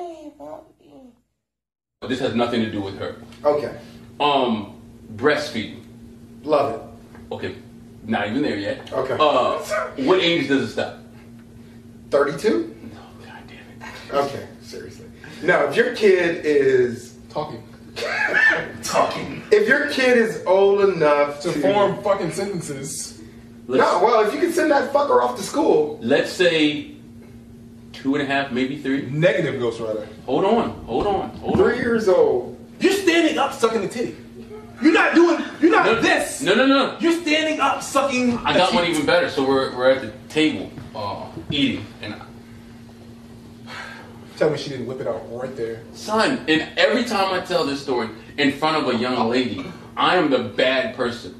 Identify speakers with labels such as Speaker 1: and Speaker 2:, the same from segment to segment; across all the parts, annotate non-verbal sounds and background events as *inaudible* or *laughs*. Speaker 1: ain't about me.
Speaker 2: This has nothing to do with her.
Speaker 3: Okay.
Speaker 2: Um, breastfeeding.
Speaker 3: Love it.
Speaker 2: Okay, not even there yet.
Speaker 3: Okay.
Speaker 2: Uh, what age does it stop?
Speaker 3: 32?
Speaker 2: No, God damn it.
Speaker 3: Okay, seriously. Now, if your kid is
Speaker 4: Talking.
Speaker 3: talking, if your kid is old enough
Speaker 4: To
Speaker 3: to
Speaker 4: form fucking sentences.
Speaker 2: Let's,
Speaker 3: no, well, if you can send that fucker off to school,
Speaker 2: let's say two and a half, maybe three.
Speaker 4: Negative Ghost Rider.
Speaker 2: Hold on, hold on, hold on.
Speaker 3: three years old.
Speaker 4: You're standing up sucking the titty. You're not doing, you're not
Speaker 2: No,
Speaker 4: this.
Speaker 2: No, no, no.
Speaker 4: You're standing up sucking.
Speaker 2: I
Speaker 4: the
Speaker 2: got one
Speaker 4: teat.
Speaker 2: even better. So we're, we're at the table uh, eating, and
Speaker 4: Tell me she didn't whip it out right there.
Speaker 2: son, and every time I tell this story in front of a young lady, I am the bad person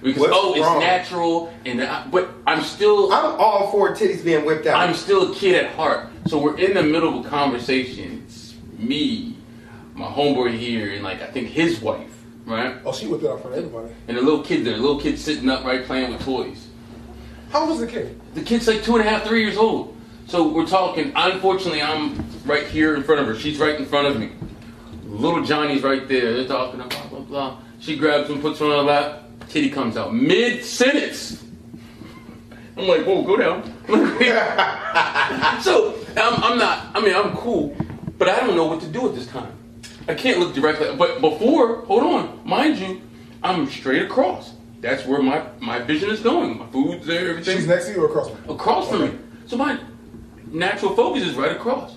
Speaker 2: because
Speaker 3: What's
Speaker 2: oh,
Speaker 3: wrong?
Speaker 2: it's natural, and I, but I'm still
Speaker 3: I'm all for titties being whipped out.
Speaker 2: I'm still a kid at heart. So we're in the middle of a conversation. It's me, my homeboy here, and like I think his wife, right?
Speaker 4: Oh, she whipped it out for everybody.
Speaker 2: And the little kid there, little kid sitting upright playing with toys.
Speaker 4: How old was the kid?
Speaker 2: The kid's like two and a half, three years old. So we're talking. Unfortunately, I'm right here in front of her. She's right in front of me. Little Johnny's right there. They're talking about blah blah. She grabs him, puts him on her lap. Titty comes out mid sentence. I'm like, whoa, go down. *laughs* so I'm, I'm not. I mean, I'm cool, but I don't know what to do at this time. I can't look directly. But before, hold on, mind you, I'm straight across. That's where my my vision is going. My food's there, everything
Speaker 4: She's next to you or across from you?
Speaker 2: across from me. So my natural focus is right across.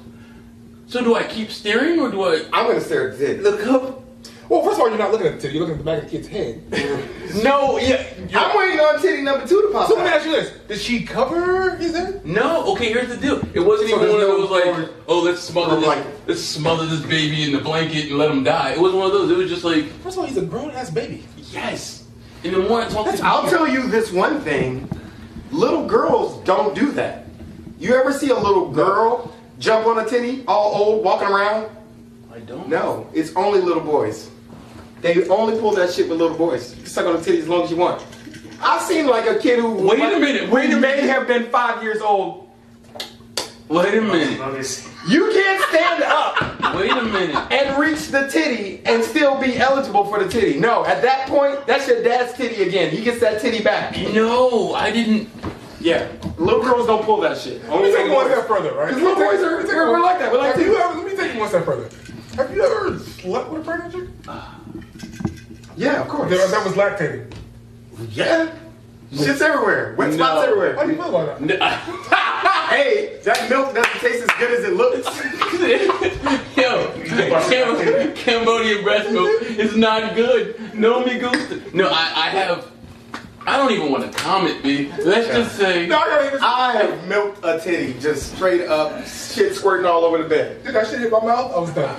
Speaker 2: So do I keep staring or do I
Speaker 3: I'm gonna stare at the titties.
Speaker 2: look up?
Speaker 4: Well, first of all, you're not looking at the titty. You're looking at the back of the kid's head. *laughs*
Speaker 2: No, yeah.
Speaker 3: I'm waiting on titty number two to pop
Speaker 4: so let me
Speaker 3: out.
Speaker 4: ask you this. Did she cover his head?
Speaker 2: No, okay, here's the deal. It wasn't
Speaker 3: So
Speaker 2: even
Speaker 3: there's
Speaker 2: one of
Speaker 3: no
Speaker 2: those like,
Speaker 3: more-
Speaker 2: oh, let's smother
Speaker 3: more
Speaker 2: this,
Speaker 3: blanket.
Speaker 2: let's smother this baby in the blanket and let him die. It wasn't one of those. It was just like,
Speaker 4: First of all, he's a grown-ass baby.
Speaker 2: yes. And the more I talk to
Speaker 3: I'll tell you this one thing: little girls don't do that. You ever see a little girl jump on a titty, all old, walking around?
Speaker 2: I don't.
Speaker 3: No, it's only little boys. They only pull that shit with little boys. You can suck on the titty as long as you want. I've seen like a kid who
Speaker 2: Wait a minute, wait a
Speaker 3: who may
Speaker 2: minute.
Speaker 3: have been five years old.
Speaker 2: Wait a minute.
Speaker 3: You can't stand *laughs* up
Speaker 2: Wait a minute. *laughs*
Speaker 3: and reach the titty and still be eligible for the titty. No, at that point, that's your dad's titty again. He gets that titty back.
Speaker 2: No, I didn't.
Speaker 3: Yeah, little girls don't pull that shit. Only
Speaker 4: Let me take
Speaker 3: little
Speaker 4: it one
Speaker 3: boys.
Speaker 4: step further, right?
Speaker 3: 'Cause little boys are-
Speaker 4: Let me take it
Speaker 3: we're
Speaker 4: one-
Speaker 3: like that, we're like
Speaker 4: Have you
Speaker 3: that.
Speaker 4: ever, let me take it one step further. Have you ever slept with a pregnant chick?
Speaker 3: Yeah, of course.
Speaker 4: That, that was lactating.
Speaker 3: yeah, shit's everywhere. Wet spots
Speaker 4: How do you
Speaker 3: everywhere.
Speaker 4: feel about that?
Speaker 3: Hey, that milk doesn't taste as good as it looks.
Speaker 2: *laughs* Yo, Cam- Cambodian breast milk is not good. No me gusta. No, I, I have. I don't even want to comment, B. Let's just say.
Speaker 4: No, I gotta hear this.
Speaker 3: I have milked a titty, just straight up, shit squirting all over the bed.
Speaker 4: Did that shit hit my mouth? I was done.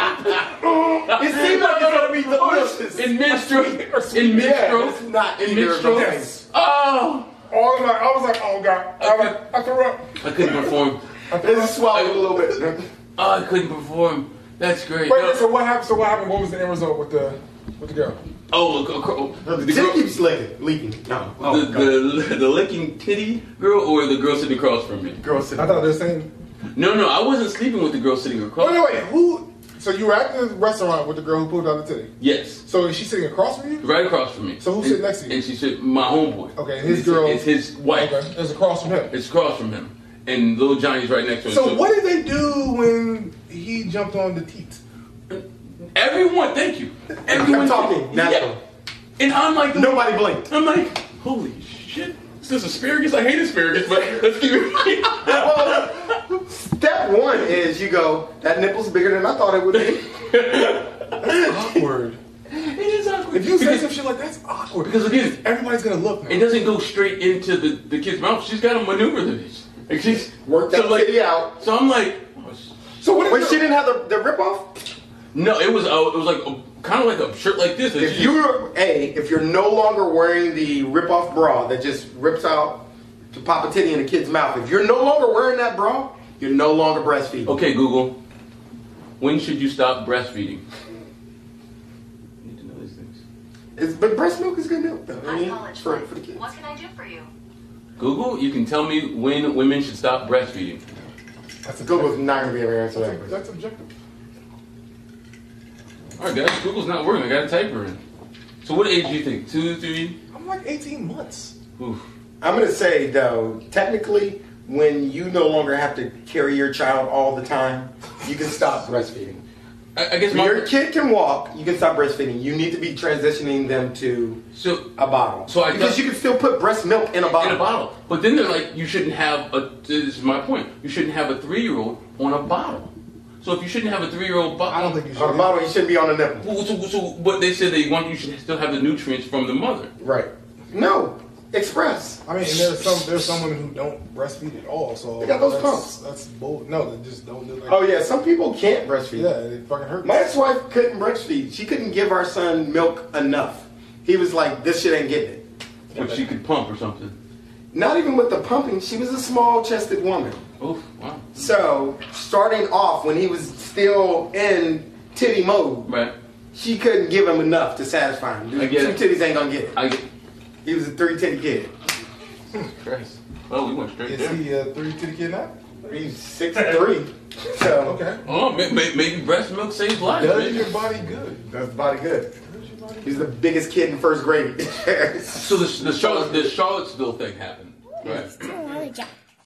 Speaker 3: It seems like it's gonna be delicious.
Speaker 2: In menstrual. In
Speaker 3: Yeah,
Speaker 2: menstrual.
Speaker 3: it's not
Speaker 2: In
Speaker 3: in your
Speaker 2: menstrual.
Speaker 3: yes.
Speaker 2: Oh!
Speaker 4: All of my, I was like, oh god. I was like, I threw up.
Speaker 2: I couldn't perform.
Speaker 3: It's swallowed a little bit.
Speaker 2: Oh, I couldn't perform. That's great.
Speaker 4: Wait,
Speaker 2: No.
Speaker 4: so what happened? So what happened? What was the end result with the with the girl?
Speaker 2: Oh, look, oh, oh,
Speaker 3: The
Speaker 2: the
Speaker 3: titty Oh,
Speaker 2: girl.
Speaker 3: keeps leaking. Leaking. No.
Speaker 4: Oh,
Speaker 2: The, the, the licking titty girl or the girl sitting across from me?
Speaker 3: girl
Speaker 4: I
Speaker 3: sitting.
Speaker 4: thought they were saying.
Speaker 2: No, no, I wasn't sleeping with the girl sitting across.
Speaker 4: Wait, Oh, wait, wait. Who? So you were at the restaurant with the girl who pulled out the titty.
Speaker 2: Yes.
Speaker 4: So is she sitting across from you?
Speaker 2: Right across from me.
Speaker 4: So who's
Speaker 2: And-
Speaker 4: sitting next to you?
Speaker 2: And she said, my homeboy.
Speaker 4: Okay, his
Speaker 2: it's,
Speaker 4: girl-
Speaker 2: It's his wife.
Speaker 4: Okay, there's across from him.
Speaker 2: It's across from him. And little Johnny's right next to him.
Speaker 4: So what did they do when he jumped on the teat?
Speaker 2: Everyone, thank you. Everyone
Speaker 3: talking, natural.
Speaker 2: And I'm like,
Speaker 3: Nobody blinked.
Speaker 2: I'm like, holy shit. Is this asparagus? I hate asparagus, but *laughs* let's keep it. *laughs*
Speaker 3: Well, step one is you go. That nipple's bigger than I thought it would be.
Speaker 4: Awkward.
Speaker 2: it is awkward.
Speaker 4: If you say
Speaker 2: because,
Speaker 4: some shit like that's awkward.
Speaker 2: because again,
Speaker 4: everybody's gonna look now.
Speaker 2: it doesn't go straight into the, the kid's mouth. She's got to maneuver this. Like she's
Speaker 3: Work that
Speaker 2: so like,
Speaker 3: titty out.
Speaker 2: So I'm like, oh, sh-
Speaker 4: So what?
Speaker 3: When
Speaker 4: Is
Speaker 3: she
Speaker 4: the,
Speaker 3: didn't have the, the rip off,
Speaker 2: no, it was uh, it was like kind of like a shirt like this. and
Speaker 3: if
Speaker 2: she-
Speaker 3: you're a, if you're no longer wearing the rip off bra that just rips out to pop a titty in a kid's mouth, if you're no longer wearing that bra, you're no longer breastfeeding.
Speaker 2: Okay, Google. When should you stop breastfeeding? I need to know these things.
Speaker 3: It's, but breast milk is good milk, though. I
Speaker 5: Hi,
Speaker 3: mean,
Speaker 5: college
Speaker 3: for,
Speaker 5: life.
Speaker 3: for the kids.
Speaker 5: What can I do for you?
Speaker 2: Google, you can tell me when women should stop breastfeeding.
Speaker 4: That's
Speaker 3: Google's not gonna be able to answer that. question.
Speaker 4: That's objective.
Speaker 2: All right, guys, Google's not working. I got a typer in. So what age do you think? Two, three?
Speaker 4: I'm like 18 months.
Speaker 2: Oof.
Speaker 3: I'm gonna say though, technically, when you no longer have to carry your child all the time, you can stop breastfeeding.
Speaker 2: I, I guess
Speaker 3: If
Speaker 2: my
Speaker 3: your kid can walk, you can stop breastfeeding. You need to be transitioning them to
Speaker 2: so
Speaker 3: a bottle.
Speaker 2: So I
Speaker 3: because
Speaker 2: thought-
Speaker 3: you can still put breast milk in a bottle.
Speaker 2: in a bottle. But then they're like, you shouldn't have a. This is my point. You shouldn't have a three-year-old on a bottle. So if you shouldn't have a three-year-old bottle,
Speaker 4: I don't think you
Speaker 3: On a
Speaker 4: should.
Speaker 3: bottle, you shouldn't be on a nipple.
Speaker 2: Well, so, so, but they said they want you should still have the nutrients from the mother.
Speaker 3: Right. No. Express.
Speaker 4: I mean, and there's some there's some women who don't breastfeed at all. So
Speaker 3: They got those
Speaker 4: that's-
Speaker 3: pumps.
Speaker 4: That's bull. No, they just don't do that.
Speaker 3: Oh yeah, some people can't breastfeed.
Speaker 4: yeah, it fucking hurts.
Speaker 3: My ex-wife couldn't breastfeed. She couldn't give our son milk enough. He was like, "This shit ain't getting it."
Speaker 2: But she could pump or something.
Speaker 3: Not even with the pumping. She was a small-chested woman.
Speaker 2: Oof, wow.
Speaker 3: So starting off when he was still in titty mode,
Speaker 2: Right.
Speaker 3: she couldn't give him enough to satisfy him.
Speaker 2: I get
Speaker 3: Two
Speaker 2: it.
Speaker 3: titties ain't gonna get it.
Speaker 2: I get.
Speaker 3: He was a three-titty kid.
Speaker 2: Christ. Well, we went straight
Speaker 4: Is
Speaker 2: there.
Speaker 4: he a three titty kid now?
Speaker 3: He's six
Speaker 4: *laughs*
Speaker 3: three. So
Speaker 4: Okay.
Speaker 2: Oh, may, may, maybe breast milk saves lives.
Speaker 4: Does
Speaker 2: Maybe.
Speaker 4: your body good?
Speaker 3: that's body good.
Speaker 4: Does your body
Speaker 3: He's the biggest kid in first grade. *laughs*
Speaker 2: So the, the, Charlotte, the Charlottesville thing happened. Right.
Speaker 1: Don't worry, Jack.